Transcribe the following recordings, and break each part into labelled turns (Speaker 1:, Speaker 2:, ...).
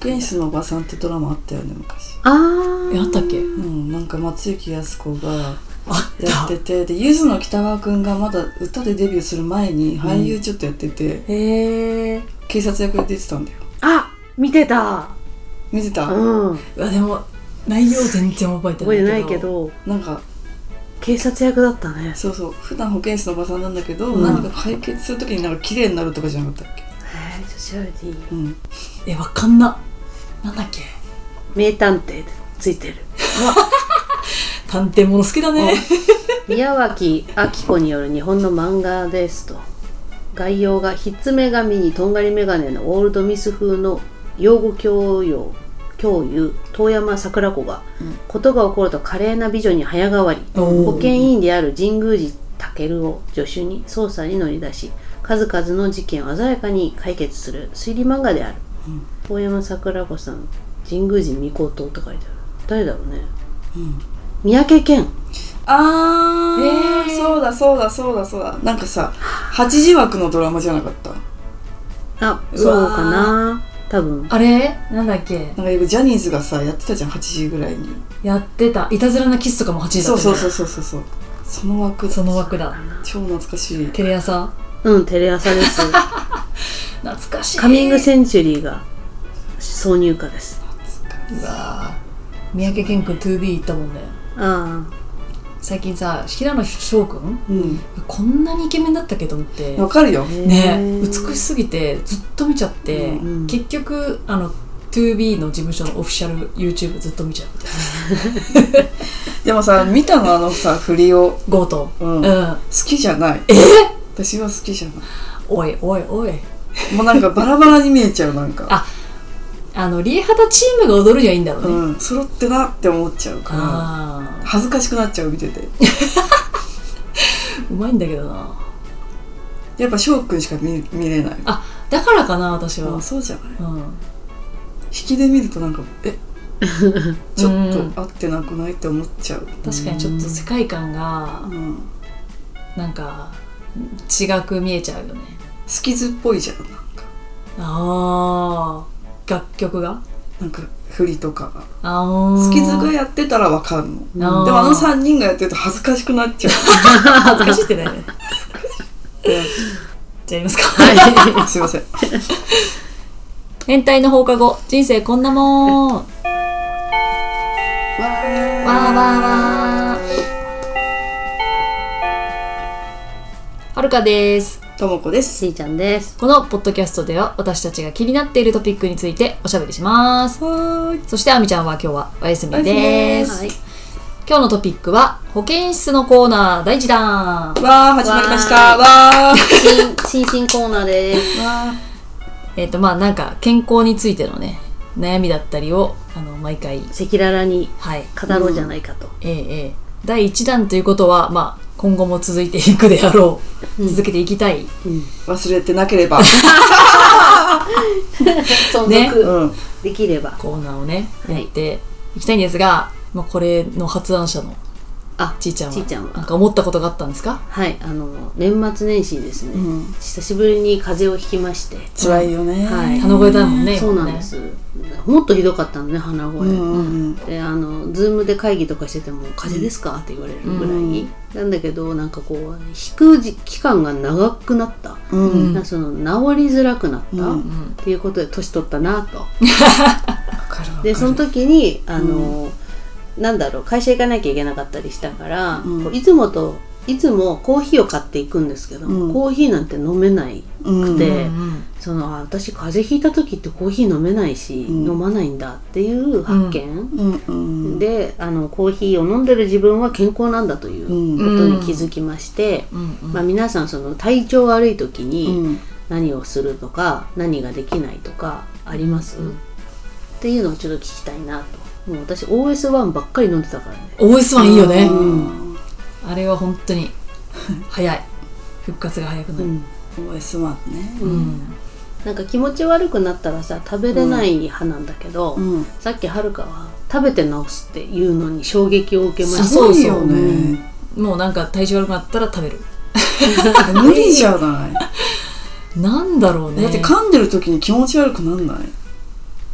Speaker 1: テニスのおばさんってドラマあったよね昔
Speaker 2: あ
Speaker 3: え
Speaker 2: ー
Speaker 3: あったっけ
Speaker 1: うんなんか松雪靖子が
Speaker 3: あ
Speaker 1: やっててでゆずの北川君がまだ歌でデビューする前に俳優ちょっとやってて、
Speaker 3: へえ
Speaker 1: 警察役で出てたんだよ
Speaker 2: あ見てた
Speaker 1: 見てた、
Speaker 2: うん
Speaker 3: でも内容全然覚えて
Speaker 2: 覚
Speaker 3: な
Speaker 2: え
Speaker 3: い
Speaker 2: て
Speaker 3: けど
Speaker 2: ないけど
Speaker 1: なんか
Speaker 2: 警察役だったね
Speaker 1: そうそう普段保健室のおばさんなんだけど、
Speaker 3: うん
Speaker 1: 何か解決するときになんか綺麗になるとかじゃなかったっけ
Speaker 2: えー、ちょっと調べていい
Speaker 1: うん
Speaker 3: えわかんななんだっけ
Speaker 2: 名探偵ついてる
Speaker 3: 探偵もの好きだね
Speaker 2: 宮脇明子による日本の漫画ですと概要がひっつめ髪にとんがり眼鏡のオールドミス風の養護教養教諭遠山桜子が、ことが起こると華麗な美女に早変わり
Speaker 3: おー
Speaker 2: 保健委員である神宮寺武を助手に捜査に乗り出し数々の事件を鮮やかに解決する推理漫画である、遠山桜子さん神宮寺美琴って書いてある誰だろうね、三宅健
Speaker 1: あー、
Speaker 3: えー
Speaker 1: そうだそうだそうだそうだなんかさ8時枠のドラマじゃなかった
Speaker 2: あ
Speaker 3: うわー
Speaker 2: そうかな多分
Speaker 3: あれなんだっけ
Speaker 1: なんかよくジャニーズがさやってたじゃん8時ぐらいに
Speaker 3: やってたいたずらなキスとかも8時だ
Speaker 1: そ
Speaker 3: っ
Speaker 1: う
Speaker 3: た
Speaker 1: そう
Speaker 3: う
Speaker 1: そうそうそうそうその枠
Speaker 3: その枠だ
Speaker 1: 超懐かしい
Speaker 3: テレ朝
Speaker 2: うんテレ朝です
Speaker 3: 懐かしい
Speaker 2: カミングセンチュリーが挿入歌です
Speaker 3: うわー三宅健君 2B 行ったもんね
Speaker 2: あ
Speaker 3: 最近さ平野翔君
Speaker 1: うん
Speaker 3: こんなにイケメンだったっけと思って
Speaker 1: わかるよ
Speaker 2: あ
Speaker 3: ね美しすぎてずっと見ちゃって、
Speaker 2: うん
Speaker 3: 結局あの 2B の事務所のオフィシャル YouTube ずっと見ちゃう
Speaker 1: でもさ見たのあのさ振りを
Speaker 3: 強盗
Speaker 1: うん
Speaker 3: う
Speaker 1: 好
Speaker 3: ん
Speaker 1: きじゃない
Speaker 3: え
Speaker 1: 私は好きじゃな
Speaker 3: おいおいおい
Speaker 1: いもうなんかバラバラに見えちゃうなんか
Speaker 3: ああのリエハタチームが踊るにはいいんだろうね、
Speaker 1: うん揃ってなって思っちゃうから
Speaker 3: あ
Speaker 1: 恥ずかしくなっちゃう見てて
Speaker 3: あうまいんだけどな
Speaker 1: やっぱ翔くんしか見見れない
Speaker 3: あだからかな私は
Speaker 1: あそうじゃない
Speaker 3: うん
Speaker 1: 引きで見るとなんか えちょ
Speaker 3: う
Speaker 1: っ
Speaker 3: ん
Speaker 1: と合ってなくないって思っちゃう
Speaker 3: 確かにちょっと世界観が
Speaker 1: うん好
Speaker 3: なんか違く見えちゃうよね
Speaker 1: きずっぽいじゃんなんか
Speaker 3: ああ楽曲が
Speaker 1: なんか振りとかが
Speaker 3: あ
Speaker 1: 好きずが
Speaker 3: い
Speaker 1: やってたらわかるので
Speaker 3: で
Speaker 1: もあの3人がやってると恥ずかしくなっ ちゃ
Speaker 3: 恥ずかしいってないね
Speaker 1: う
Speaker 3: じゃあやりま
Speaker 1: す
Speaker 3: すか
Speaker 1: いません
Speaker 3: 変態の放課後人生こんなもんわーわーわーはるかです
Speaker 1: ともこです
Speaker 2: しーちゃんです
Speaker 3: このポッドキャストでは私たちが気になっているトピックについておしゃべりします
Speaker 1: はーい
Speaker 3: そしてあみちゃんは今日はお休み
Speaker 1: お
Speaker 3: で
Speaker 1: や
Speaker 3: す
Speaker 2: はい
Speaker 3: 今日のトピックは保健室のコーナー第1弾
Speaker 1: わー始まりましたわー
Speaker 2: 新新進コーナーです
Speaker 1: わ
Speaker 3: えっ、とまあなんか健康についてのね悩みだったりをあの毎回
Speaker 2: 赤裸々に
Speaker 3: はい
Speaker 2: 語ろうじゃないかと、
Speaker 3: ええええ第1弾ということは、まあ、今後も続いていくであろう、
Speaker 2: うん
Speaker 3: 続けていきたい
Speaker 1: ー忘れてなければ
Speaker 2: 存
Speaker 3: ね
Speaker 2: 続
Speaker 1: うん
Speaker 2: できれば、
Speaker 3: コーナーをね、
Speaker 2: はい
Speaker 3: やっていきたいんですが、まあ、これの発案者の
Speaker 2: あ
Speaker 3: ちいちゃんは
Speaker 2: ちいちゃんは
Speaker 3: なんか思ったことがあったんですか
Speaker 2: はいあの年末年始にですね、
Speaker 1: うん
Speaker 2: 久しぶりに風邪をひきまして
Speaker 1: 辛いよね
Speaker 2: はい
Speaker 3: 鼻声だもんね
Speaker 2: そうなんです、もっとひどかったのね鼻声、
Speaker 1: うんうん
Speaker 2: であのズームで会議とかしてても「風邪ですか?」って言われるぐらい、
Speaker 1: うん
Speaker 2: なんだけどなんかこう引く時期間が長くなった、
Speaker 1: うん
Speaker 3: うん
Speaker 2: なんかその治りづらくなった、
Speaker 1: うん
Speaker 3: うん
Speaker 2: っていうことで年取ったな と
Speaker 1: わかるわかる
Speaker 2: でその時にあの、なんだろう会社行かなきゃいけなかったりしたから、
Speaker 1: うん
Speaker 2: こういつもといつもコーヒーを買っていくんですけど、
Speaker 1: うん
Speaker 2: コーヒーなんて飲めない
Speaker 1: うん
Speaker 2: で
Speaker 3: うんうん
Speaker 2: そのあ私風邪ひいた時ってコーヒー飲めないし、
Speaker 1: ん
Speaker 2: 飲まないんだっていう発見、
Speaker 1: うんうん
Speaker 2: であのコーヒーを飲んでる自分は健康なんだという
Speaker 1: うん
Speaker 2: ことに気づきまして、
Speaker 3: うんうん
Speaker 2: まあ、皆さんその体調悪い時に
Speaker 1: うん
Speaker 2: 何をするとか何ができないとかあります、っていうのをちょっと聞きたいなともう私 OS1 ばっかり飲んでたからね
Speaker 3: OS1 いいよね、
Speaker 1: うん
Speaker 3: あれは本当に 早い復活が早くな
Speaker 2: う
Speaker 3: る、
Speaker 2: ん
Speaker 1: OS1
Speaker 2: う
Speaker 1: ね
Speaker 2: ん
Speaker 3: うん
Speaker 2: なんか気持ち悪くなったらさ食べれない派なんだけど、
Speaker 1: うん
Speaker 2: さっきはるかは食べて治すっていうのに衝撃を受けました
Speaker 3: すごいよ
Speaker 1: そうね
Speaker 3: もうなんか体調悪くなったら食べる
Speaker 1: 無理じゃ ない
Speaker 3: なんだろうね
Speaker 1: だって噛んでる時に気持ち悪くなんな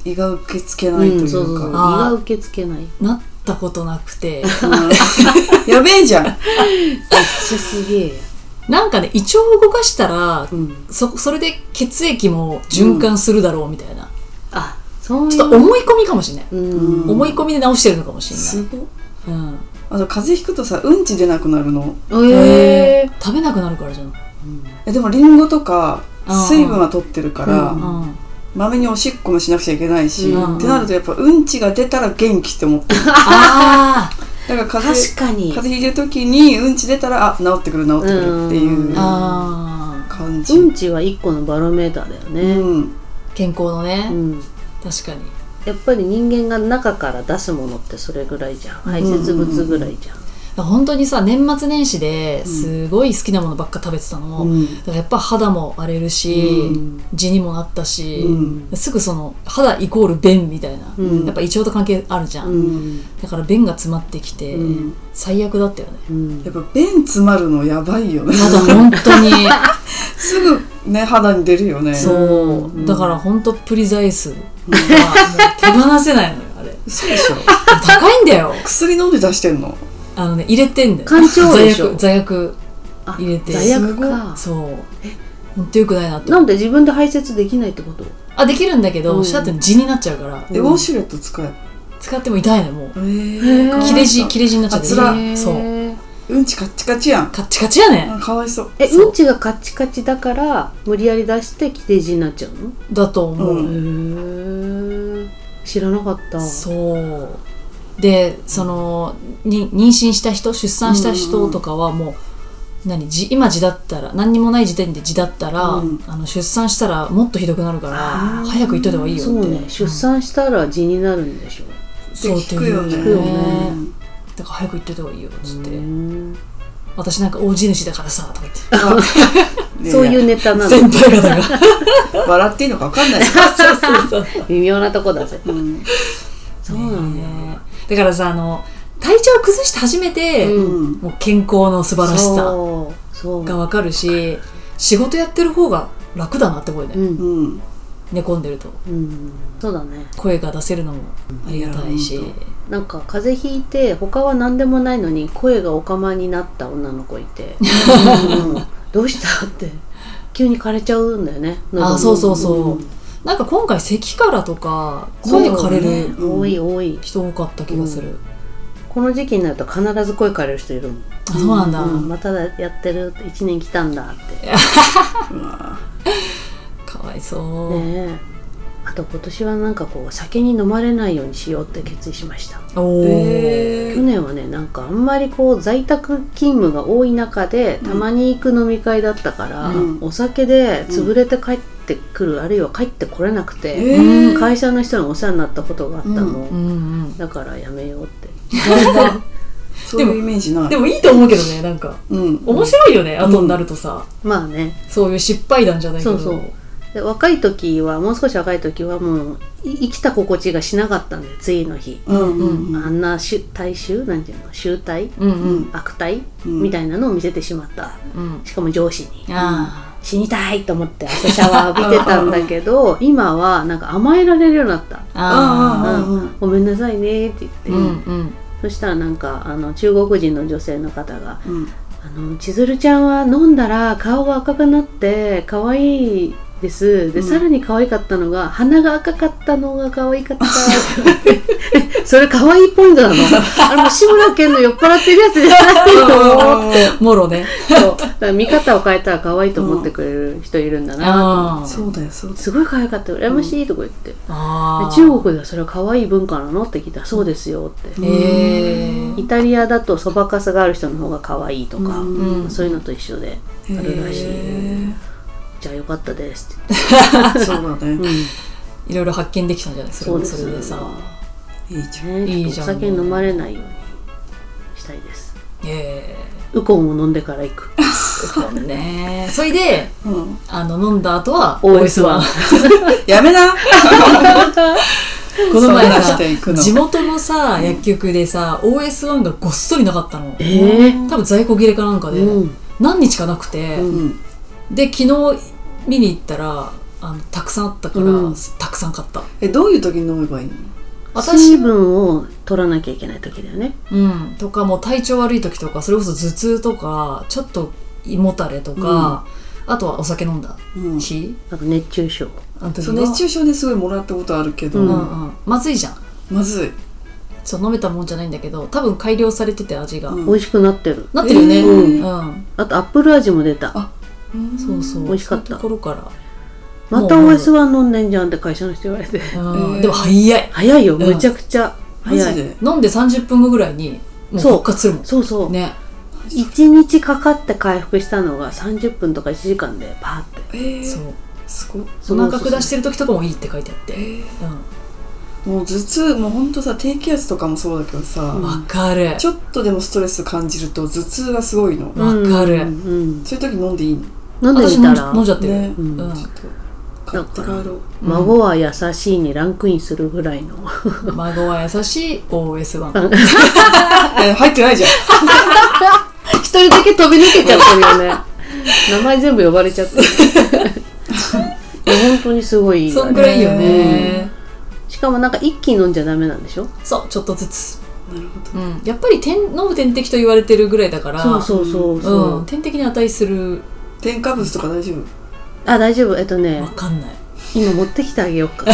Speaker 1: い胃が受け付け
Speaker 2: う
Speaker 1: ないとい
Speaker 2: ん、
Speaker 1: うか、
Speaker 2: そうそうそう胃
Speaker 3: あー
Speaker 2: が受け付けないめっ
Speaker 3: なったことなくて
Speaker 1: うん やべえじゃん
Speaker 2: ちゃすげえや
Speaker 3: なんかね胃腸を動かしたら
Speaker 2: うん
Speaker 3: そそれで血液も循環するだろうみたいな、
Speaker 2: あそういう
Speaker 3: ちょっと思い込みかもしれない、
Speaker 2: うん
Speaker 1: うん
Speaker 3: 思い込みで直してるのかもしれ
Speaker 1: すごい
Speaker 3: ない、うん
Speaker 1: あと風邪ひくとさうんち出なくなるの
Speaker 2: ええ
Speaker 3: 食べなくなるからじゃん
Speaker 1: えでもリンゴとか
Speaker 3: あー
Speaker 1: 水分は取ってるから、
Speaker 2: うん
Speaker 1: まめにおしっこもしなくちゃいけないし、
Speaker 3: うん
Speaker 1: ってなるとやっぱうんちが出たら元気って思ってる
Speaker 3: あー
Speaker 1: だから風
Speaker 2: 確
Speaker 1: 邪
Speaker 2: かに
Speaker 1: 風邪ひいてる時にうんち出たらあ治ってくる治ってくるっていう
Speaker 2: うん
Speaker 3: あ
Speaker 1: 感じ、
Speaker 2: うんちは一個のバロメーターだよね、
Speaker 1: うん
Speaker 3: ー健康のね、
Speaker 2: うん、
Speaker 3: 確かに
Speaker 2: やっぱり人間が中から出すものってそれぐらいじゃん排泄物ぐらいじゃん、
Speaker 3: 本当にさ年末年始ですごい好きなものばっか食べてたの、
Speaker 1: うん
Speaker 3: だからやっぱ肌も荒れるし、
Speaker 2: うん
Speaker 3: 地にもなったし、
Speaker 1: うん
Speaker 3: すぐその肌イコール便みたいな、
Speaker 2: うん
Speaker 3: やっぱ胃腸と関係あるじゃん、
Speaker 2: うん
Speaker 3: だから便が詰まってきて、
Speaker 1: うん
Speaker 3: 最悪だったよね
Speaker 2: うん
Speaker 1: やっぱ便詰まるのやばいよね
Speaker 3: まだ本当 に
Speaker 1: すぐね肌に出るよね
Speaker 3: そう、
Speaker 2: うん
Speaker 3: だから本当プリザイスがもう手放せないのよあ れ
Speaker 1: そうでしょ
Speaker 3: 高いんだよ
Speaker 1: 薬飲んで出してんの
Speaker 3: あのね入れてんだよ
Speaker 2: 干潮でしょ
Speaker 3: 座薬
Speaker 2: あ
Speaker 3: 入れて
Speaker 2: 罪
Speaker 1: す
Speaker 2: 悪
Speaker 1: ごい
Speaker 2: か
Speaker 3: そうほんとよくないなって
Speaker 2: なんで自分で排泄できないってこと
Speaker 3: あできるんだけど、
Speaker 2: うん
Speaker 3: した後に地になっちゃうから
Speaker 1: えウォシュレット使え
Speaker 3: 使っても痛いのよもう
Speaker 1: え
Speaker 2: へー
Speaker 3: 切れ字切れ字になっちゃって
Speaker 1: あ辛
Speaker 2: へー
Speaker 3: そう
Speaker 1: うんちカッチカチやん
Speaker 3: カッチカチやね
Speaker 1: あかわいそう
Speaker 2: え
Speaker 3: そう
Speaker 2: うんちがカチカチだから無理やり出して切れ字になっちゃうの
Speaker 3: だと思う、
Speaker 1: う
Speaker 2: へえ知らなかった
Speaker 3: そうでそのに妊娠した人出産した人とかはもう、何じ今地だったら何にもない時点で地だったら、
Speaker 1: うん
Speaker 3: あの出産したらもっとひどくなるから
Speaker 1: あー
Speaker 3: 早く行っといた方がいいよって
Speaker 2: そうね出産したら地になるんでしょ
Speaker 3: そうって
Speaker 1: 聞くよね
Speaker 3: 言う
Speaker 2: 聞くよ
Speaker 3: だから早く行っといた方がいいよっつって、
Speaker 2: うん
Speaker 3: 私なんか大地主だからさとか言って
Speaker 1: あ
Speaker 2: そういう
Speaker 1: ね
Speaker 2: ネタな
Speaker 3: 先
Speaker 2: の
Speaker 3: 輩方 が
Speaker 1: え笑っていいのかわかんない
Speaker 3: そうそうそう
Speaker 2: 微妙なとこだぜ
Speaker 1: うん
Speaker 2: そうなんだ
Speaker 3: ねえだからさあの体調を崩して初めて、
Speaker 2: うん
Speaker 1: うん
Speaker 3: もう健康の素晴らしさ
Speaker 2: そうそう
Speaker 3: が分かるし仕事やってる方が楽だなって思うね、
Speaker 2: うん
Speaker 1: うん
Speaker 3: 寝込んでると
Speaker 2: うんそうだね
Speaker 3: 声が出せるのもありがたいし、
Speaker 1: うん
Speaker 2: なんか風邪ひいて他は何でもないのに声がおかまになった女の子いて うんどうしたって急に枯れちゃうんだよね喉
Speaker 3: あ
Speaker 2: も
Speaker 3: そうそうそう、なんか今回咳からとか
Speaker 2: そう
Speaker 3: 声
Speaker 2: ね
Speaker 3: 枯れる
Speaker 1: うん
Speaker 2: 多い多い
Speaker 3: 人多かった気がする、
Speaker 2: この時期になると必ず声枯れる人いるもん、
Speaker 3: あそうなんだ、
Speaker 2: うん、またやってる1年来たんだってね
Speaker 3: かわいそう、
Speaker 2: えあと今年はなんかこう酒に飲まれないようにしようって決意しました
Speaker 3: おー、
Speaker 1: え
Speaker 2: 去
Speaker 1: ー
Speaker 2: 年はねなんかあんまりこう在宅勤務が多い中でたまに行く飲み会だったから、
Speaker 1: うん
Speaker 2: お酒で潰れて帰ってくる、あるいは帰ってこれなくて、
Speaker 1: えー
Speaker 2: 会社の人にお世話になったことがあったの、
Speaker 3: うんうん
Speaker 2: だからやめようって
Speaker 1: そういうイメージない
Speaker 3: でもいいと思うけどねなんか
Speaker 1: うん
Speaker 3: 面白いよね、後になるとさ
Speaker 2: まあね
Speaker 3: そういう失敗談じゃないけ
Speaker 2: そ
Speaker 3: ど
Speaker 2: うそうで若い時はもう少し若い時はもうい生きた心地がしなかったんで次の日、
Speaker 1: うんうん
Speaker 2: あんな集大衆なんていうの集体
Speaker 3: うんうん
Speaker 2: 悪態、
Speaker 1: うん
Speaker 2: みたいなのを見せてしまった
Speaker 3: うん
Speaker 2: しかも上司に。
Speaker 3: あ
Speaker 2: 死にたいと思って朝シャワー浴びてたんだけど今はなんか甘えられるようになった
Speaker 3: あああ
Speaker 1: うんうん
Speaker 2: ごめんなさいねって言って、
Speaker 3: うんうん
Speaker 2: そしたらなんかあの中国人の女性の方が
Speaker 1: うん
Speaker 2: 「あの千鶴ちゃんは飲んだら顔が赤くなって可愛いです」で、
Speaker 1: うん
Speaker 2: さらに可愛かったのが鼻が赤かったのが可愛かった それ可愛いポイントなのあれもう志村けんの酔っ払ってるやつじゃない の
Speaker 3: もろね
Speaker 2: そうだから見方を変えたら可愛いと思ってくれる人いるんだな
Speaker 3: あ
Speaker 2: と思って
Speaker 3: あ
Speaker 1: そうだよそうだよ
Speaker 2: すごい可愛かったよ羨ましいとか言って、で
Speaker 3: ああ
Speaker 2: 中国ではそれは可愛い文化なのって聞いたらそうですよって、
Speaker 3: ええ
Speaker 2: イタリアだとそばかすがある人の方が可愛いとか、
Speaker 1: うん
Speaker 2: そういうのと一緒であるらしい
Speaker 1: へ
Speaker 2: じゃあよかったですって
Speaker 1: ーそうだね
Speaker 2: 言って、
Speaker 3: いろいろ発見できたんじゃないそれ
Speaker 2: そう
Speaker 3: も
Speaker 2: で
Speaker 3: そ
Speaker 2: す
Speaker 3: れでさ
Speaker 1: いいじゃん
Speaker 2: ね
Speaker 3: いい
Speaker 2: ち
Speaker 3: じ
Speaker 2: ょ
Speaker 3: ゃ
Speaker 2: っ
Speaker 3: ん
Speaker 2: とお酒飲まれないようにしたいです
Speaker 3: え
Speaker 2: ウコンを飲んでから行く
Speaker 3: えねえ それで
Speaker 1: うん
Speaker 3: あの飲んだ後は
Speaker 2: OS1
Speaker 1: やめな
Speaker 3: この前
Speaker 1: そんな
Speaker 3: さ
Speaker 1: していくの
Speaker 3: 地元のさ薬局でさ OS1 がごっそりなかったの
Speaker 2: ええ
Speaker 3: 多分在庫切れかなんかで
Speaker 2: うん
Speaker 3: 何日かなくて
Speaker 1: うん
Speaker 3: で昨日見に行ったらあのたくさんあったから、
Speaker 2: うん
Speaker 3: たくさん買った
Speaker 1: えどういう時に飲めばいいの
Speaker 2: 水分を取らなきゃいけない時だよね
Speaker 3: うん、とかもう体調悪い時とかそれこそ頭痛とかちょっと胃もたれとか、あとはお酒飲んだ
Speaker 1: うん
Speaker 3: 日、
Speaker 2: あと熱中症
Speaker 3: あの時
Speaker 1: そ
Speaker 3: は
Speaker 1: う熱中症ですごいもらったことあるけど、
Speaker 2: う
Speaker 3: うんうん、まずいじゃん
Speaker 1: まずい、
Speaker 3: そう飲めたもんじゃないんだけど多分改良されてて味が、
Speaker 1: うん
Speaker 2: 美味しくなってる
Speaker 3: なってるよね、
Speaker 1: えー
Speaker 3: うん
Speaker 2: あとアップル味も出た
Speaker 1: あ
Speaker 3: そうそう
Speaker 2: 美味しかった
Speaker 3: そういうところから、
Speaker 2: また OS1 飲んでんじゃんって会社の人言われて
Speaker 3: うん
Speaker 1: えー
Speaker 3: でも早い
Speaker 2: 早いよ
Speaker 3: うん
Speaker 2: むちゃくちゃ
Speaker 1: マ
Speaker 2: 早
Speaker 1: ジ
Speaker 2: い、
Speaker 1: で
Speaker 3: 飲んで30分後ぐらいにもう
Speaker 2: そう
Speaker 3: 復活するも
Speaker 2: そうそうん
Speaker 3: ね
Speaker 2: 1日かかって回復したのが30分とか1時間でパーって
Speaker 1: えー、
Speaker 3: そう
Speaker 1: すごっ
Speaker 3: お腹下してる時とかもいいって書いてあっ
Speaker 1: え
Speaker 3: て
Speaker 1: ー
Speaker 3: わ、
Speaker 1: もう頭痛もうほんとさ低気圧とかもそうだけどさ、
Speaker 3: うん、
Speaker 2: ん
Speaker 3: わかる
Speaker 1: ちょっとでもストレス感じると頭痛がすごいの、
Speaker 3: わかる
Speaker 2: うんうん
Speaker 1: そういう時飲んでいいの
Speaker 2: 飲んで
Speaker 3: 私
Speaker 2: み
Speaker 3: 飲
Speaker 2: た
Speaker 3: ん
Speaker 2: ら
Speaker 3: 飲んじゃってる、
Speaker 1: ね、
Speaker 2: う
Speaker 3: うんん
Speaker 1: ちょっと買って帰ろう
Speaker 2: 孫は優しいにランクインするぐらいの
Speaker 3: 孫は優しい OS1
Speaker 1: え入ってないじゃん
Speaker 2: 一人だけ飛び抜けちゃってるよね 名前全部呼ばれち ゃってるいや本当にすごいよ
Speaker 3: そ
Speaker 2: ね
Speaker 3: んぐらいいいよね、
Speaker 2: しかもなんか一気に飲んじゃダメなんでしょ
Speaker 3: そうちょっとずつ、
Speaker 1: なるほど
Speaker 3: うん、やっぱり点飲む点滴と言われてるぐらいだから
Speaker 2: そうそうそうそう、
Speaker 3: ん、点滴に値する
Speaker 1: 添加物とか大丈夫
Speaker 2: あ大丈夫えっとね
Speaker 3: わかんない
Speaker 2: 今持ってきてあげようか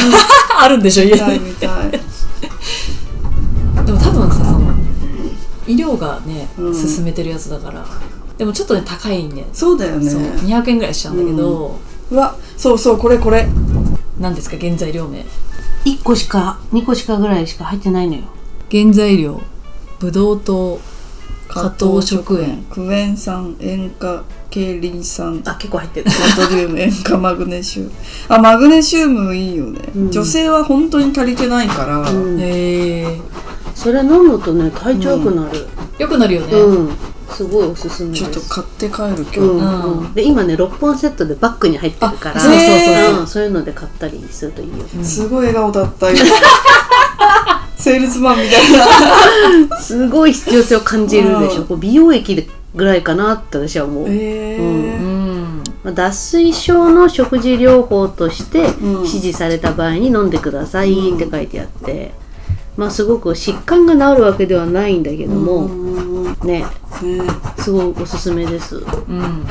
Speaker 3: あるんでしょ家
Speaker 1: みたい
Speaker 3: に
Speaker 1: みたい
Speaker 3: でも多分さその医療がね、
Speaker 1: うん
Speaker 3: 進めてるやつだからでもちょっとね高いんで、
Speaker 1: そうだよね
Speaker 3: そう200円ぐらいしちゃうんだけど、
Speaker 1: うわそうそうこれこれ
Speaker 3: 何ですか原材料名
Speaker 2: 1個しか2個しかぐらいしか入ってないのよ
Speaker 3: 原材料ブドウ糖加糖食塩
Speaker 1: クエン酸塩化ケイリン酸
Speaker 2: あ結構入ってる
Speaker 1: ナトリウム塩化マグネシウムあマグネシウムいいよね、
Speaker 2: うん
Speaker 1: 女性は本当に足りてないから、
Speaker 2: うん
Speaker 3: へえ
Speaker 2: それ飲むとね体調良くなる
Speaker 3: よくなるよね、
Speaker 2: うん、すごいおすすめです
Speaker 1: ちょっと買って帰る今日、
Speaker 2: うん
Speaker 3: う
Speaker 2: で今ね6本セットでバッグに入ってるから
Speaker 3: あそうそうそうそうん
Speaker 2: そういうので買ったりするといいよ
Speaker 1: すごい笑顔だった よセールスマンみたいな
Speaker 2: すごい必要性を感じるでし
Speaker 1: う
Speaker 2: ょこう美容液ぐらいかなって私は思う、
Speaker 1: えー
Speaker 3: うん
Speaker 2: まあ脱水症の食事療法として
Speaker 1: ん
Speaker 2: 指示された場合に飲んでくださいって書いてあって、まあすごく疾患が治るわけではないんだけども、
Speaker 1: うんね
Speaker 2: ねすごいおすすめです
Speaker 3: うん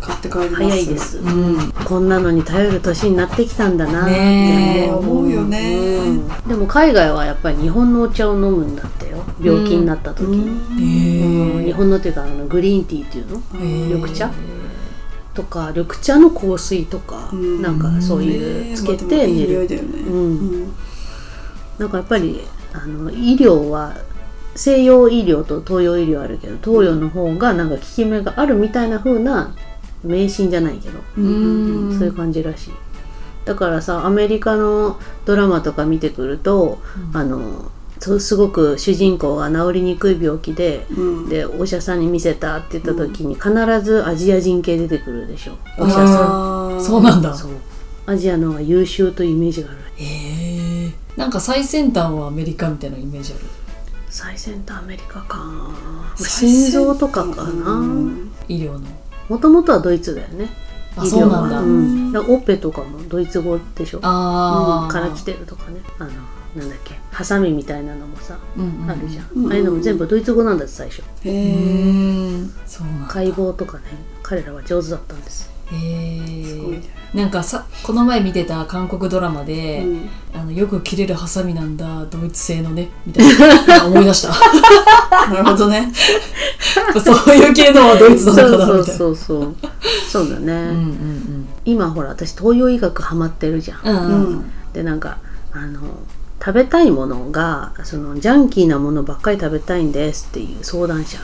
Speaker 1: 買って帰ります
Speaker 2: 早いです、
Speaker 3: うん
Speaker 2: こんなのに頼る年になってきたんだなって
Speaker 3: ねえ
Speaker 1: 思うよね
Speaker 2: うんでも海外はやっぱり日本のお茶を飲むんだってよ病気になった時、
Speaker 1: うん
Speaker 2: うん日
Speaker 3: へ
Speaker 2: 本のというかあのグリーンティーっていうの
Speaker 3: え
Speaker 2: 緑茶とか緑茶の香水とか、
Speaker 1: うん
Speaker 2: なんかそういうつけて
Speaker 1: い
Speaker 2: 寝
Speaker 1: い匂
Speaker 2: る、
Speaker 1: いだよね、
Speaker 2: うん、
Speaker 1: うん
Speaker 2: なんかやっぱりあの医療は西洋医療と東洋医療あるけど東洋の方がなんか効き目があるみたいな風な迷信じゃないけど、
Speaker 3: うん
Speaker 2: そういう感じらしいだからさアメリカのドラマとか見てくると、あのそうすごく主人公が治りにくい病気で、
Speaker 1: うん
Speaker 2: でお医者さんに見せたって言った時に必ずアジア人系出てくるでしょお医者さ
Speaker 1: あー
Speaker 3: そうなんだ
Speaker 2: んそうアジアの方が優秀というイメージがある
Speaker 3: へえなんか最先端はアメリカみたいなイメージある
Speaker 2: 最先端アメリカか
Speaker 1: 最先端
Speaker 2: 心臓とかか
Speaker 1: う
Speaker 2: なん
Speaker 3: 医療の
Speaker 2: もともとはドイツだよね
Speaker 3: あ
Speaker 2: 医療
Speaker 3: そうなんだ、
Speaker 2: はうんだからオペとかもドイツ語でしょ
Speaker 3: ああ、
Speaker 2: うんから来てるとかねあのなんだっけハサミみたいなのもさ、
Speaker 3: うんうん
Speaker 2: あるじゃん、
Speaker 1: うん
Speaker 2: ああいうのも全部ドイツ語なんだって最初
Speaker 1: へ
Speaker 3: う
Speaker 1: え
Speaker 3: ーんそうなんだ
Speaker 2: 解剖とかね彼らは上手だったんです
Speaker 3: へ
Speaker 1: すごいね
Speaker 3: えなんかさこの前見てた韓国ドラマで、
Speaker 1: うん
Speaker 3: あのよく切れるハサミなんだドイツ製のねみたい な思い出した
Speaker 1: なるほどね
Speaker 3: そういう系のはドイツ
Speaker 2: そ
Speaker 3: な
Speaker 2: う
Speaker 3: のかなみ
Speaker 2: そう
Speaker 3: たいな
Speaker 2: そうそう そうだ
Speaker 3: うん
Speaker 2: ね、
Speaker 3: うん
Speaker 2: 今ほら私東洋医学ハマってるじゃん
Speaker 3: うんうんうんうん
Speaker 2: でなんかあの食べたいものがそのジャンキーなものばっかり食べたいんですっていう相談者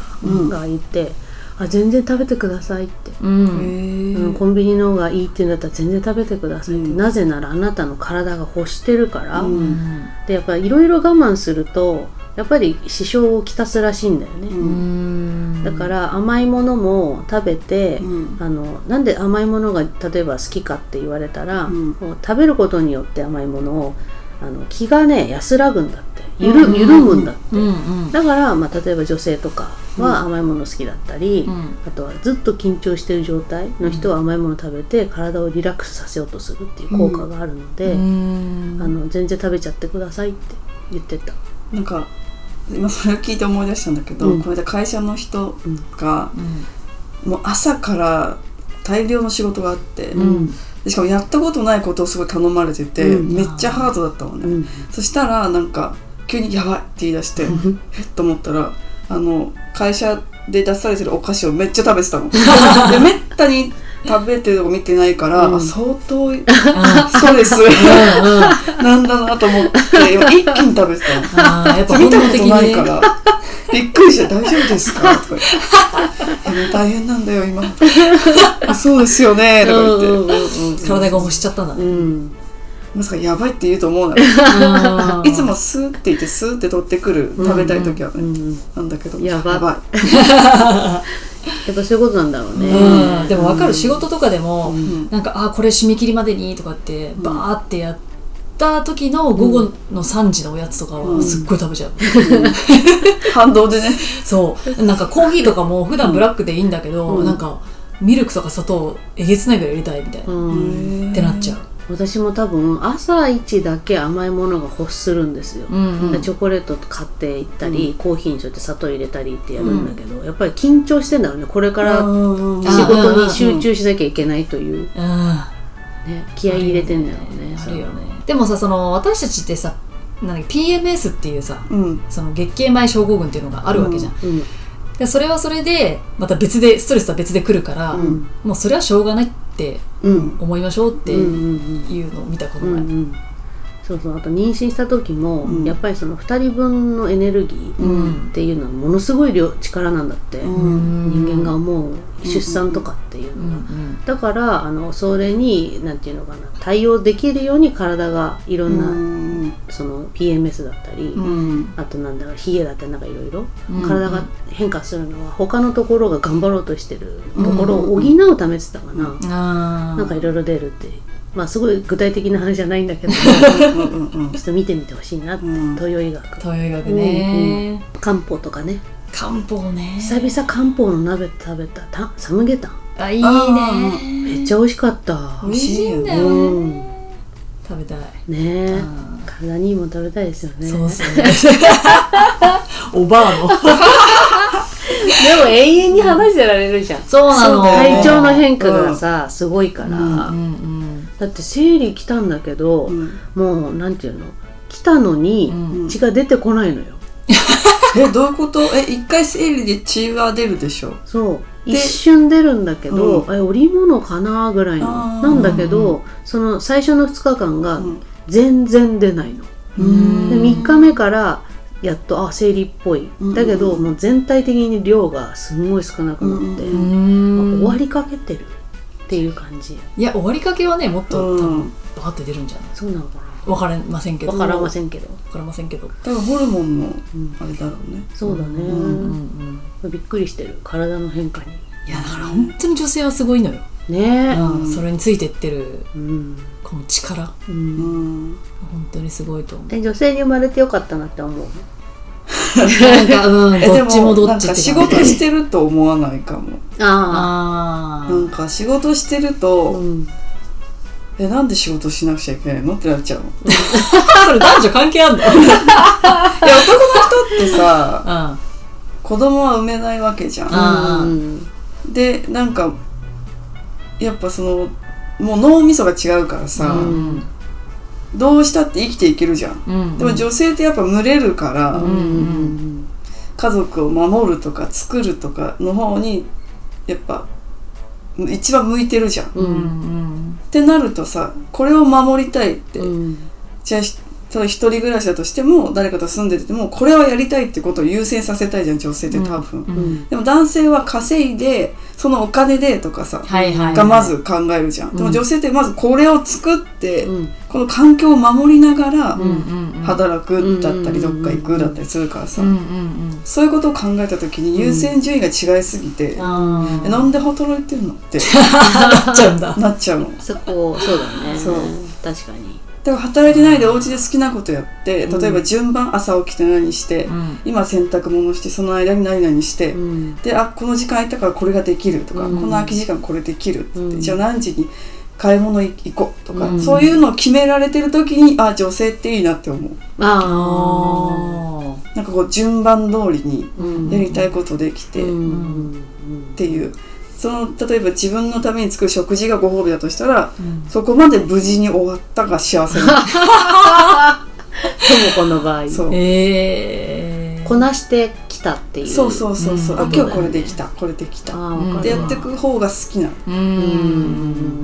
Speaker 2: がいて、あ全然食べてくださいって、
Speaker 3: うん
Speaker 1: へ
Speaker 2: うん、コンビニの方がいいって言うんだったら全然食べてくださいって、
Speaker 1: うん
Speaker 2: なぜならあなたの体が欲してるから、
Speaker 1: うん
Speaker 2: でやっぱりいろいろ我慢するとやっぱり支障をきたすらしいんだよね、
Speaker 1: うん
Speaker 3: うん
Speaker 2: だから甘いものも食べて、
Speaker 1: うん
Speaker 2: あのなんで甘いものが例えば好きかって言われたら、
Speaker 1: うん
Speaker 2: もう食べることによって甘いものをあの気がね安らぐんだってゆる緩むんだって、
Speaker 3: うんうん
Speaker 2: だから、まあ、例えば女性とかは甘いもの好きだったり、
Speaker 3: うん
Speaker 2: あとはずっと緊張してる状態の人は甘いもの食べて体をリラックスさせようとするっていう効果があるので、
Speaker 3: うん
Speaker 2: あの全然食べちゃってくださいって言ってた。
Speaker 1: なんか今それを聞いて思い出したんだけど、
Speaker 2: うん
Speaker 1: この間会社の人が、
Speaker 3: うん
Speaker 1: もう朝から大量の仕事があって、
Speaker 2: ん
Speaker 1: でしかもやったことないことをすごい頼まれてて、
Speaker 2: うん
Speaker 1: めっちゃハードだったのね、
Speaker 2: うん
Speaker 1: そしたらなんか急に「やばい」って言い出してえっと思ったらあの会社で出されてるお菓子をめっちゃ食べ てたのでめったに食べてるとこ見てないから、
Speaker 2: うん
Speaker 1: あ相当ストレ ス
Speaker 3: うん
Speaker 1: なんだなと思って今一気に食べてたの
Speaker 3: あーやっぱ
Speaker 1: 見
Speaker 3: 本
Speaker 1: た
Speaker 3: 能
Speaker 1: こ
Speaker 3: 的
Speaker 1: と
Speaker 3: に
Speaker 1: ない
Speaker 3: ね
Speaker 1: からびっくりして「大丈夫ですか?」とか言って「いや大変なんだよ今」あそうですよね」とか言って、
Speaker 2: うんうん
Speaker 3: 体が欲しちゃったんだ
Speaker 2: う
Speaker 3: ね。
Speaker 2: ん
Speaker 1: まさか「やばい」って言うと思うな
Speaker 3: あー
Speaker 1: いつもスーって言ってスーって取ってくる食べたい時はね、
Speaker 2: うん
Speaker 1: なんだけど
Speaker 2: やば
Speaker 1: やばい
Speaker 2: やっぱそういうことなんだろうね。
Speaker 3: うん、でも分かる仕事とかでも、
Speaker 1: ん
Speaker 3: なんかあーこれ締め切りまでにとかってバーってやった時の午後の3時のおやつとか
Speaker 1: うん
Speaker 3: はすっごい食べちゃう、
Speaker 1: 反動でね
Speaker 3: そうなんかコーヒーとかも普段ブラックでいいんだけど、
Speaker 2: うん
Speaker 3: なんかミルクとか砂糖えげつないぐらい入れたいみたいな、
Speaker 2: う
Speaker 3: っ
Speaker 2: ん
Speaker 3: てなっちゃ
Speaker 1: う
Speaker 3: う、
Speaker 2: 私も多分朝一だけ甘いものが欲するんですよ、
Speaker 3: うんうん、
Speaker 2: チョコレート買っていったり、コーヒーにそうやって砂糖入れたりってやるんだけど、やっぱり緊張してんだろうねこれから
Speaker 1: うん
Speaker 2: 仕事に集中しなきゃいけないという、
Speaker 3: あ
Speaker 2: ね、気合い入れてんだろうね
Speaker 3: るよねでもさその私たちってさなんだっけ PMS っていうさ
Speaker 1: うん
Speaker 3: その月経前症候群っていうのがあるわけじゃん、
Speaker 2: それは
Speaker 3: でそれはそれでまた別でストレスは別で来るから、
Speaker 2: うんうん
Speaker 3: もうそれはしょうがないって
Speaker 2: うん
Speaker 3: 思いましょうって
Speaker 2: うんう
Speaker 3: い
Speaker 2: ん
Speaker 3: うのを見たこ
Speaker 2: う
Speaker 3: の
Speaker 2: んう
Speaker 3: 前、
Speaker 2: んそうそうあと妊娠した時も、
Speaker 1: うん
Speaker 2: やっぱりその2人分のエネルギーっていうのはものすごい量力なんだって、
Speaker 3: うん
Speaker 2: 人間が思う出産とかっていう
Speaker 3: う
Speaker 2: の
Speaker 3: ん
Speaker 2: が、
Speaker 3: うん
Speaker 2: だからあのそれになんていうのかな対応できるように体がいろんな、
Speaker 1: うん
Speaker 2: その PMS だったり、
Speaker 1: うん
Speaker 2: あとなんだろう冷えだったりなんかいろいろ
Speaker 3: うん
Speaker 2: 体が変化するのは他のところが頑張ろうとしてるところを補うためって言ったかな、
Speaker 3: あ
Speaker 2: なんかいろいろ出るってまあすごい具体的な話じゃないんだけどち
Speaker 1: うんうんうん
Speaker 2: ょっと見てみてほしいなって、
Speaker 1: うん
Speaker 2: 東洋医学
Speaker 3: 東洋医学ね、
Speaker 2: 漢方とかね
Speaker 3: 漢方ね
Speaker 2: 久々漢方の鍋食べたたサムゲタン
Speaker 3: あいい
Speaker 1: あ
Speaker 3: ね
Speaker 2: めっちゃ美味しかった、
Speaker 3: 美味しいんだ
Speaker 2: う
Speaker 3: よ
Speaker 2: ん
Speaker 3: ね食べたい
Speaker 2: ねえ
Speaker 3: あ
Speaker 2: 体にいいもん食べたいですよね
Speaker 3: そうっすねおばあの
Speaker 2: でも永遠に話してられるじゃん。
Speaker 3: そうなの
Speaker 2: 体調の変化がさ、すごいから、
Speaker 3: うんうん
Speaker 2: だって生理来たんだけど、
Speaker 1: うん
Speaker 2: もうなんていうの来たのに
Speaker 3: うん
Speaker 2: 血が出てこないのよ、
Speaker 1: えどういうことえ一回生理で血は出るでしょ
Speaker 2: そう
Speaker 1: で
Speaker 2: 一瞬出るんだけど、
Speaker 1: う
Speaker 2: あれ織物かなぐらいの
Speaker 1: あー
Speaker 2: なんだけどその最初の2日間が
Speaker 1: うん
Speaker 2: 全然出ないの、
Speaker 3: う
Speaker 2: で
Speaker 3: ん
Speaker 2: 3日目からやっとあ生理っぽい
Speaker 1: うん
Speaker 2: だけど、もう全体的に量がすんごい少なくなって、
Speaker 1: う
Speaker 3: うん
Speaker 2: 終わりかけてるっていう感じ
Speaker 3: いや終わりかけはねもっと多
Speaker 1: うん
Speaker 3: 分バーって出るんじゃない
Speaker 2: そうなのかな
Speaker 3: 分かりませんけど
Speaker 2: わからま
Speaker 3: ん
Speaker 2: せんけど、
Speaker 3: 分からませんけど
Speaker 1: 多分ホルモンの
Speaker 2: うん
Speaker 1: あれだろうね
Speaker 2: そうだね、
Speaker 3: うんうんうん
Speaker 2: びっくりしてる体の変化に
Speaker 3: いやだから本当に女性はすごいのよ、
Speaker 2: ねえ
Speaker 3: うんそれについてってる
Speaker 2: うん、
Speaker 3: この力
Speaker 1: う
Speaker 2: う、
Speaker 1: んん
Speaker 3: 本当にすごいと思う
Speaker 2: で女性に生まれてよかったなって思う
Speaker 3: なんか、うん、
Speaker 1: え
Speaker 3: どっちもど
Speaker 1: な
Speaker 3: っ
Speaker 1: ん
Speaker 3: ち
Speaker 1: か
Speaker 3: って感じ
Speaker 1: 仕事してると思わないかも
Speaker 2: あ
Speaker 3: あ
Speaker 1: な
Speaker 3: ー
Speaker 1: んか仕事してる
Speaker 2: あ
Speaker 1: と
Speaker 2: うん
Speaker 1: えなんで仕事しなくちゃいけないのってなっちゃうのい
Speaker 3: それ男女関係あんの
Speaker 1: や男の人ってさ
Speaker 3: うん
Speaker 1: 子供は産めないわけじゃん
Speaker 3: あー
Speaker 2: うん
Speaker 1: でなんかやっぱそのもう脳みそが違うからさ、
Speaker 3: うん
Speaker 1: どうしたって生きていけるじゃん
Speaker 3: うん
Speaker 1: でも女性ってやっぱ群れるから、
Speaker 2: うんうん
Speaker 1: 家族を守るとか作るとかの方にやっぱ一番向いてるじゃんっ
Speaker 2: うんう
Speaker 3: うん
Speaker 2: ん
Speaker 1: てなるとさこれを守りたいって、
Speaker 2: うん
Speaker 1: じゃあただ一人暮らしだとしても誰かと住んでてもこれはやりたいってことを優先させたいじゃん女性って多分、
Speaker 3: うん
Speaker 2: うん
Speaker 1: でも男性は稼いでそのお金でとかさ、
Speaker 3: はいはいはい
Speaker 1: がまず考えるじゃん、でも
Speaker 3: うん
Speaker 1: 女性ってまずこれを作って、
Speaker 2: うん
Speaker 1: この環境を守りながら
Speaker 3: うんうんうん
Speaker 1: 働くだったり
Speaker 2: う
Speaker 1: ど
Speaker 2: ん
Speaker 1: っか行くだったりするからさ、
Speaker 3: うんうんうん
Speaker 1: そういうことを考えた時に優先順位が違いすぎて、
Speaker 3: あ
Speaker 1: えなんで働いてんのって
Speaker 3: あなっちゃうんだ
Speaker 1: なっちゃうの
Speaker 2: そこそうだね
Speaker 1: そう
Speaker 2: 確かに
Speaker 1: でも働いてないでお家で好きなことやって例えば順番朝起きて何して、
Speaker 3: うん
Speaker 1: 今洗濯物してその間に何々して、
Speaker 2: うん
Speaker 1: であこの時間空いたからこれができるとか、
Speaker 3: うん
Speaker 1: この空き時間これできるって言って、
Speaker 2: うん
Speaker 1: じゃあ何時に買い物行こうとか、
Speaker 3: うん
Speaker 1: そういうのを決められてる時にあ女性っていいなって思う
Speaker 2: あ
Speaker 3: ああ
Speaker 1: なんかこう順番通りに
Speaker 2: あうん
Speaker 1: やりたいことできて、
Speaker 2: うん
Speaker 1: っ
Speaker 2: うん
Speaker 1: ていうその例えば自分のために作る食事がご褒美だとしたら
Speaker 3: うん
Speaker 1: そこまで無事に終わったが幸せな
Speaker 2: ともこの場合
Speaker 1: そう
Speaker 3: ええ
Speaker 2: こなしてきたっていう
Speaker 1: そうそうそうそう、
Speaker 3: うん
Speaker 1: あ今日これできたこれでき
Speaker 2: あ
Speaker 1: た
Speaker 2: あわか
Speaker 1: で
Speaker 2: る
Speaker 1: や
Speaker 2: わ
Speaker 1: ってく方が好きなの
Speaker 3: う
Speaker 2: うん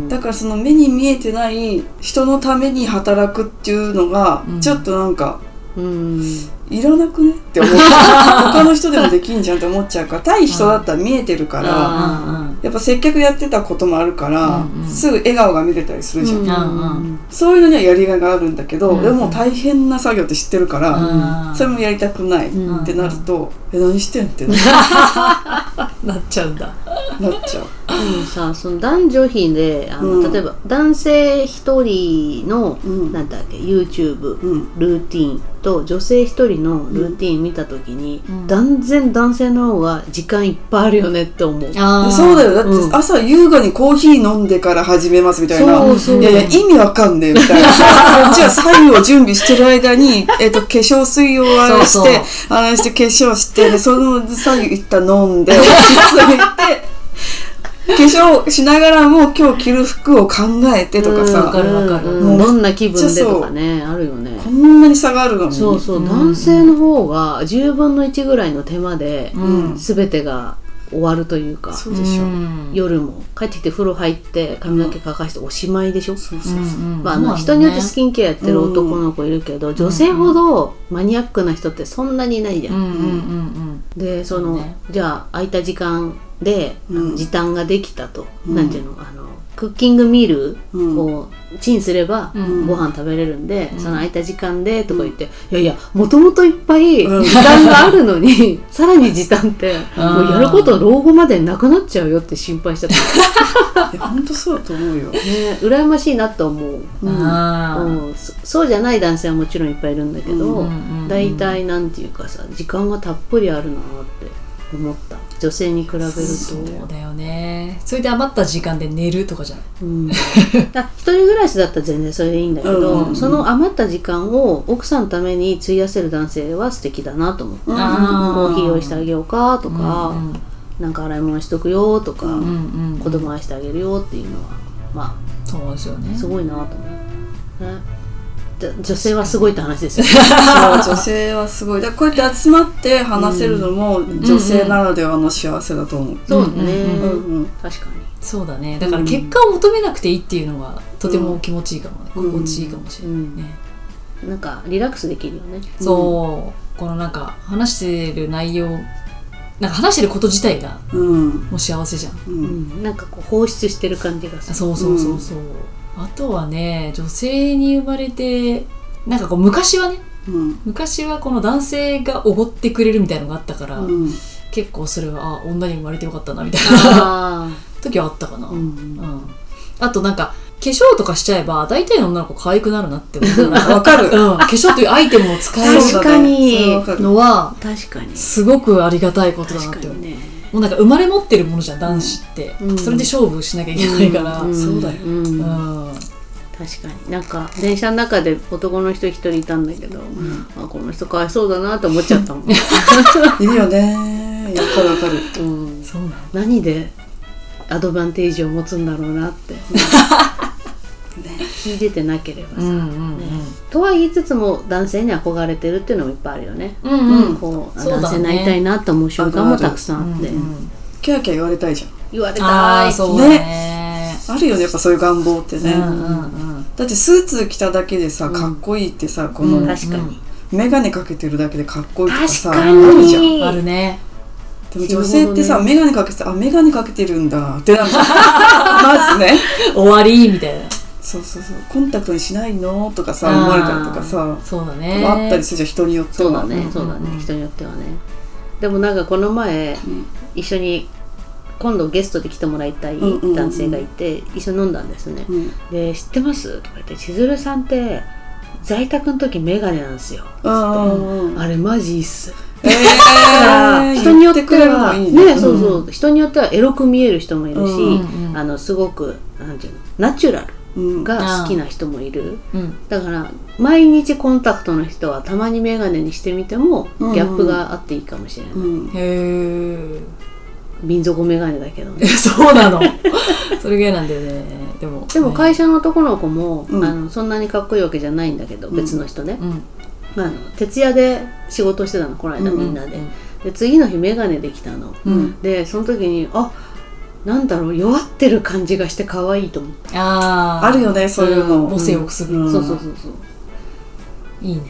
Speaker 2: ん
Speaker 1: だからその目に見えてない人のために働くっていうのが
Speaker 3: うん
Speaker 1: ちょっとなんか
Speaker 2: うん
Speaker 1: いらなくねって 思っちゃう他の人でもできんじゃんって思っちゃうから対人だったら見えてるか
Speaker 3: う
Speaker 1: ら
Speaker 3: ん
Speaker 1: やっぱ接客やってたこともあるから、
Speaker 3: うんうん
Speaker 1: すぐ笑顔が見れたりするじゃん、
Speaker 3: ん
Speaker 1: そういうのにはやりがいがあるんだけど、
Speaker 3: うん
Speaker 1: でも大変な作業って知ってるから、
Speaker 3: うん
Speaker 1: それもやりたくない
Speaker 2: うん
Speaker 1: ってなると、え何してんってな
Speaker 3: なっちゃうんだ
Speaker 1: なっ ちゃう。
Speaker 2: でもさその男女比であの、
Speaker 1: うん
Speaker 2: 例えば男性一人の、
Speaker 1: うん
Speaker 2: なんだっけ YouTube、
Speaker 1: うん
Speaker 2: ルーティンと女性一人のルーティン見た時に、
Speaker 3: うん
Speaker 2: 断然男性の方が時間いっぱいあるよねって思う。
Speaker 3: あ
Speaker 1: そうだよだっ
Speaker 2: う
Speaker 1: て
Speaker 2: ん
Speaker 1: 朝優雅にコーヒー飲んでから始めますみたいな
Speaker 2: そうそう
Speaker 1: いやいや意味わかんねえみたいな こっちは左右を準備してる間に、えっと化粧水を洗いし
Speaker 3: そう
Speaker 1: て洗いして化粧してでその左右一旦飲ん で落ち着いて。化粧しながらも今日着る服を考えてとか
Speaker 2: うん
Speaker 3: わか
Speaker 1: さ、
Speaker 3: るわかる
Speaker 2: う
Speaker 1: も
Speaker 2: ん
Speaker 1: う
Speaker 2: どんな気分でとかねあるよね。
Speaker 1: こんなに差があるのに
Speaker 2: そうそう、
Speaker 3: うん
Speaker 2: 男性の方が10分の1ぐらいの手間で、
Speaker 3: うん
Speaker 2: 全てが終わるというか、
Speaker 1: そうでしょ、
Speaker 3: うん
Speaker 2: 夜も帰ってきて風呂入って髪の毛乾かしておしまいでしょ、
Speaker 1: そうそうそう、
Speaker 2: まあ、あの人によってスキンケアやってる男の子いるけど、女性ほどマニアックな人ってそんなにいないじゃ、
Speaker 3: うんんうんうんうん
Speaker 2: でその、
Speaker 3: ね
Speaker 2: じゃあ空いた時間で、
Speaker 1: うん
Speaker 2: 時短ができたと、
Speaker 1: うん
Speaker 2: なんていうのあのクッキングミー
Speaker 1: うん
Speaker 2: ルをチンすれば、
Speaker 3: うん
Speaker 2: ご飯食べれるんで、
Speaker 3: うん
Speaker 2: その空いた時間でとか言って、いやいやもともといっぱい
Speaker 1: うん
Speaker 2: 時間があるのに、 さらに時短って
Speaker 3: あ
Speaker 2: も
Speaker 3: ー
Speaker 2: うやること老後までなくなっちゃうよって心配しちゃった、
Speaker 1: いやほんとそうだと思うよ、
Speaker 2: ね、羨ましいなと思う。
Speaker 1: うん
Speaker 3: あー
Speaker 2: うん、そそうじゃない男性はもちろんいっぱいいるんだけ
Speaker 1: う
Speaker 2: ど
Speaker 3: んうんうん
Speaker 2: 大体、なんていうかさ時間がたっぷりあるなって思った女性に比べると
Speaker 3: そうだよねそれで余った時間で寝るとかじゃない
Speaker 2: うん、だから一人暮らしだったら全然それでいいんだけど、
Speaker 1: うんうんうん
Speaker 2: その余った時間を奥さんのために費やせる男性は素敵だなと思って、
Speaker 1: うん
Speaker 3: あ
Speaker 2: コーヒー用意してあげようかとか、
Speaker 3: うん
Speaker 2: なんか洗い物しとくよとか、
Speaker 3: うんうんうん
Speaker 2: 子供愛してあげるよっていうのはま
Speaker 3: そうですよね
Speaker 2: あすごいなと思う、ね、じゃ女性はすごいって話ですよね
Speaker 1: そう女性はすごいだからこうやって集まって話せるのも女性ならではの幸せだと思う、
Speaker 2: そうね、
Speaker 3: うん
Speaker 1: うんうん
Speaker 2: 確かに
Speaker 3: そうだねだから結果を求めなくていいっていうのがとても気持ちいいかもね、
Speaker 1: うん
Speaker 3: 心地いいかもしれないね、
Speaker 2: なんかリラックスできるよね
Speaker 3: そうこのなんか話してる内容なんか話してること自体が
Speaker 1: うん
Speaker 3: もう幸せじゃん
Speaker 1: う
Speaker 2: うんん、なんかこう放出してる感じがする
Speaker 3: そうそうそうそう、あとはね女性に生まれてなんかこう昔はね
Speaker 1: うん
Speaker 3: 昔はこの男性がおごってくれるみたいのがあったから、
Speaker 1: うん
Speaker 3: 結構それはあ女に生まれてよかったなみたいな
Speaker 2: あ
Speaker 3: 時はあったかな、
Speaker 2: あ、う
Speaker 3: うん
Speaker 2: ん、
Speaker 3: あとなんか化粧とかしちゃえば大体の女の子可愛くなるなって 思うから、
Speaker 1: わかる
Speaker 3: うん、化粧というアイテムを使え
Speaker 2: 確
Speaker 3: る
Speaker 2: かに
Speaker 1: そうだねそれはわかる
Speaker 3: のは
Speaker 2: 確かに
Speaker 3: すごくありがたいことだなっ
Speaker 2: 確
Speaker 3: て
Speaker 2: か
Speaker 3: 思う
Speaker 2: にね
Speaker 3: もうなんか生まれ持ってるものじゃん男子って、
Speaker 2: うん
Speaker 3: それで勝負しなきゃいけないから、
Speaker 2: ん
Speaker 3: そうだよ、
Speaker 2: ん
Speaker 3: うん
Speaker 2: 確かになんか電車の中で男の人一人いたんだけど、あこの人かわいそうだなと思っちゃったもん、
Speaker 1: いるよねわかるわかる
Speaker 2: うん、
Speaker 3: そうなの
Speaker 2: 何でアドバンテージを持つんだろうなって、聞いててなければさ、
Speaker 3: うんうん
Speaker 2: ねとは言いつつも男性に憧れてるっていうのもいっぱいあるよね、
Speaker 3: うんうんうん
Speaker 2: こう
Speaker 3: そうだね
Speaker 2: 男性になりたいなと思う瞬間もたくさんあって、
Speaker 3: うん
Speaker 1: キャーキャー言われたいじゃん
Speaker 2: 言われ
Speaker 3: あ
Speaker 2: た
Speaker 3: あ
Speaker 2: い
Speaker 3: そうだね
Speaker 1: あるよねやっぱそういう願望ってね、
Speaker 3: うんうんうん
Speaker 1: だってスーツ着ただけでさかっこいいってさこの、
Speaker 3: うん
Speaker 2: 確かに、
Speaker 1: 眼鏡かけてるだけでかっこいいとかさ
Speaker 2: 確
Speaker 1: あ
Speaker 2: か
Speaker 1: る
Speaker 2: に
Speaker 1: じゃん
Speaker 3: あるね
Speaker 1: でも女性ってさ、眼鏡かけてさあ眼鏡かけてるんだってなんかまずね
Speaker 3: 終わりみたいな
Speaker 1: そうそうそうコンタクトにしないのとかさ思われたりとかさ
Speaker 3: そうだね
Speaker 1: あったりするじゃん人によって
Speaker 2: そうだ
Speaker 1: は
Speaker 2: ね、そうだ
Speaker 3: うんうんう
Speaker 2: ね
Speaker 3: ん
Speaker 2: 人によってはねでもなんかこの前、
Speaker 1: ん
Speaker 2: 一緒に今度ゲストで来てもらいたい
Speaker 1: うんうんうん
Speaker 2: 男性がいて、一緒に飲んだんですね、
Speaker 1: うん
Speaker 2: で「知ってます?」とか言って「千鶴さんって在宅の時メガネなんですよ」
Speaker 1: あ
Speaker 2: あれマジいいっす
Speaker 1: え
Speaker 2: だから
Speaker 1: ー
Speaker 2: 人によって
Speaker 1: 言くれるの
Speaker 2: は
Speaker 1: がいい
Speaker 2: ねそうそう人によってはエロく見える人もいるし、
Speaker 3: うんうん
Speaker 2: あのすごくなんていうのナチュラル
Speaker 1: うん
Speaker 2: が好きな人もいる
Speaker 3: うん
Speaker 2: だから毎日コンタクトの人はたまに眼鏡にしてみても
Speaker 1: う
Speaker 2: ギ
Speaker 1: んうん
Speaker 2: ャップがあっていいかもしれない、
Speaker 1: うん
Speaker 3: へ
Speaker 2: 瓶底眼鏡だけど
Speaker 3: え
Speaker 2: ね
Speaker 3: そうなのそれぐらいなんだよねでも
Speaker 2: でも会社の男の子も、
Speaker 1: うん
Speaker 2: あのそんなにかっこいいわけじゃないんだけど、
Speaker 1: うん
Speaker 2: 別の人ね、
Speaker 3: うん
Speaker 2: あの徹夜で仕事してたのこの間
Speaker 1: うんうん
Speaker 2: みんなで,、で次の日眼鏡できたの、
Speaker 1: うん
Speaker 2: でその時にあなんだろう弱ってる感じがして可愛いと思った、
Speaker 3: あー
Speaker 1: あるよねそういうの
Speaker 3: ん母性をくすぐる、
Speaker 1: うん
Speaker 2: そうそうそうそう
Speaker 3: いいね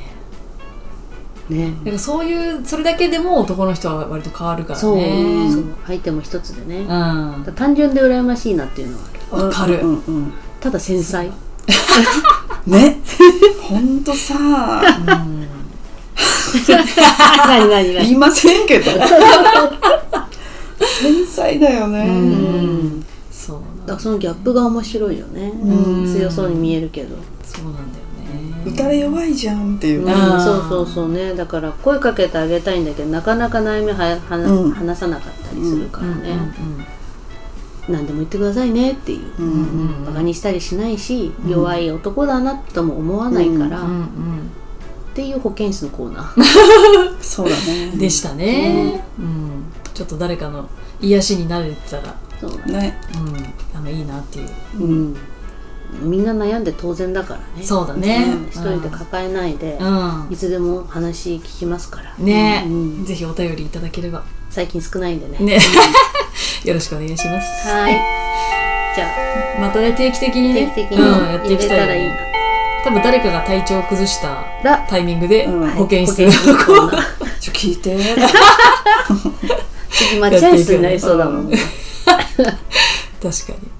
Speaker 2: ね
Speaker 3: なんかそういうそれだけでも男の人は割と変わるからね
Speaker 2: そうそうう相手も一つでね、
Speaker 3: ん
Speaker 2: だか
Speaker 3: わ
Speaker 2: ら単純で羨ましいなっていうのはある
Speaker 3: かる、
Speaker 1: うんうん
Speaker 2: ただ繊 細
Speaker 1: うんねほんとさ
Speaker 2: 何何
Speaker 1: 言
Speaker 2: 何
Speaker 1: いませんけ ど繊細だよ
Speaker 3: う
Speaker 1: ね
Speaker 3: んそうな
Speaker 2: だからそのギャップが面白いよね、
Speaker 3: うん
Speaker 2: 強そうに見えるけど、
Speaker 3: そうなんだよね
Speaker 1: 打たれ弱いじゃんっていううんね
Speaker 3: あー
Speaker 2: そうそうそうねだから声かけてあげたいんだけどなかなか悩みはは、
Speaker 1: うん
Speaker 2: 話さなかったりするからね、
Speaker 3: う
Speaker 2: 何でも言ってくださいねっていう、
Speaker 1: うん
Speaker 3: んうんうん
Speaker 2: バカにしたりしないし、弱い男だなとも思わないから、
Speaker 3: うん
Speaker 2: っ
Speaker 3: うん
Speaker 2: ていう保健室のコーナー
Speaker 1: そうだね
Speaker 3: でしたね、うん、ちょっと誰かの癒しになれてたら、
Speaker 2: そうだね
Speaker 1: ね
Speaker 3: うん、あのいいなっていう、
Speaker 2: うんみんな悩んで当然だからね
Speaker 3: そうだね、
Speaker 2: うん一人で抱えないで、
Speaker 3: うん、
Speaker 2: いつでも話聞きますから、
Speaker 3: ね、
Speaker 2: うん
Speaker 3: ぜひお便りいただければ
Speaker 2: 最近少ないんでね
Speaker 3: ね よろしくお願いします
Speaker 2: はいじゃあ
Speaker 3: またね定期的に
Speaker 2: 定
Speaker 3: ね
Speaker 2: 期的に
Speaker 3: うん、やってい
Speaker 2: 入
Speaker 3: きた
Speaker 2: れた
Speaker 3: い,、
Speaker 2: らいい
Speaker 3: ね、
Speaker 2: な。
Speaker 3: 多分誰かが体調を崩した
Speaker 2: ら
Speaker 3: タイミングで
Speaker 1: うん
Speaker 3: 保健室
Speaker 2: 保健室のコ ーナー
Speaker 1: ちょ聞いて
Speaker 2: 次待合室になりそうだもん。
Speaker 3: 確かに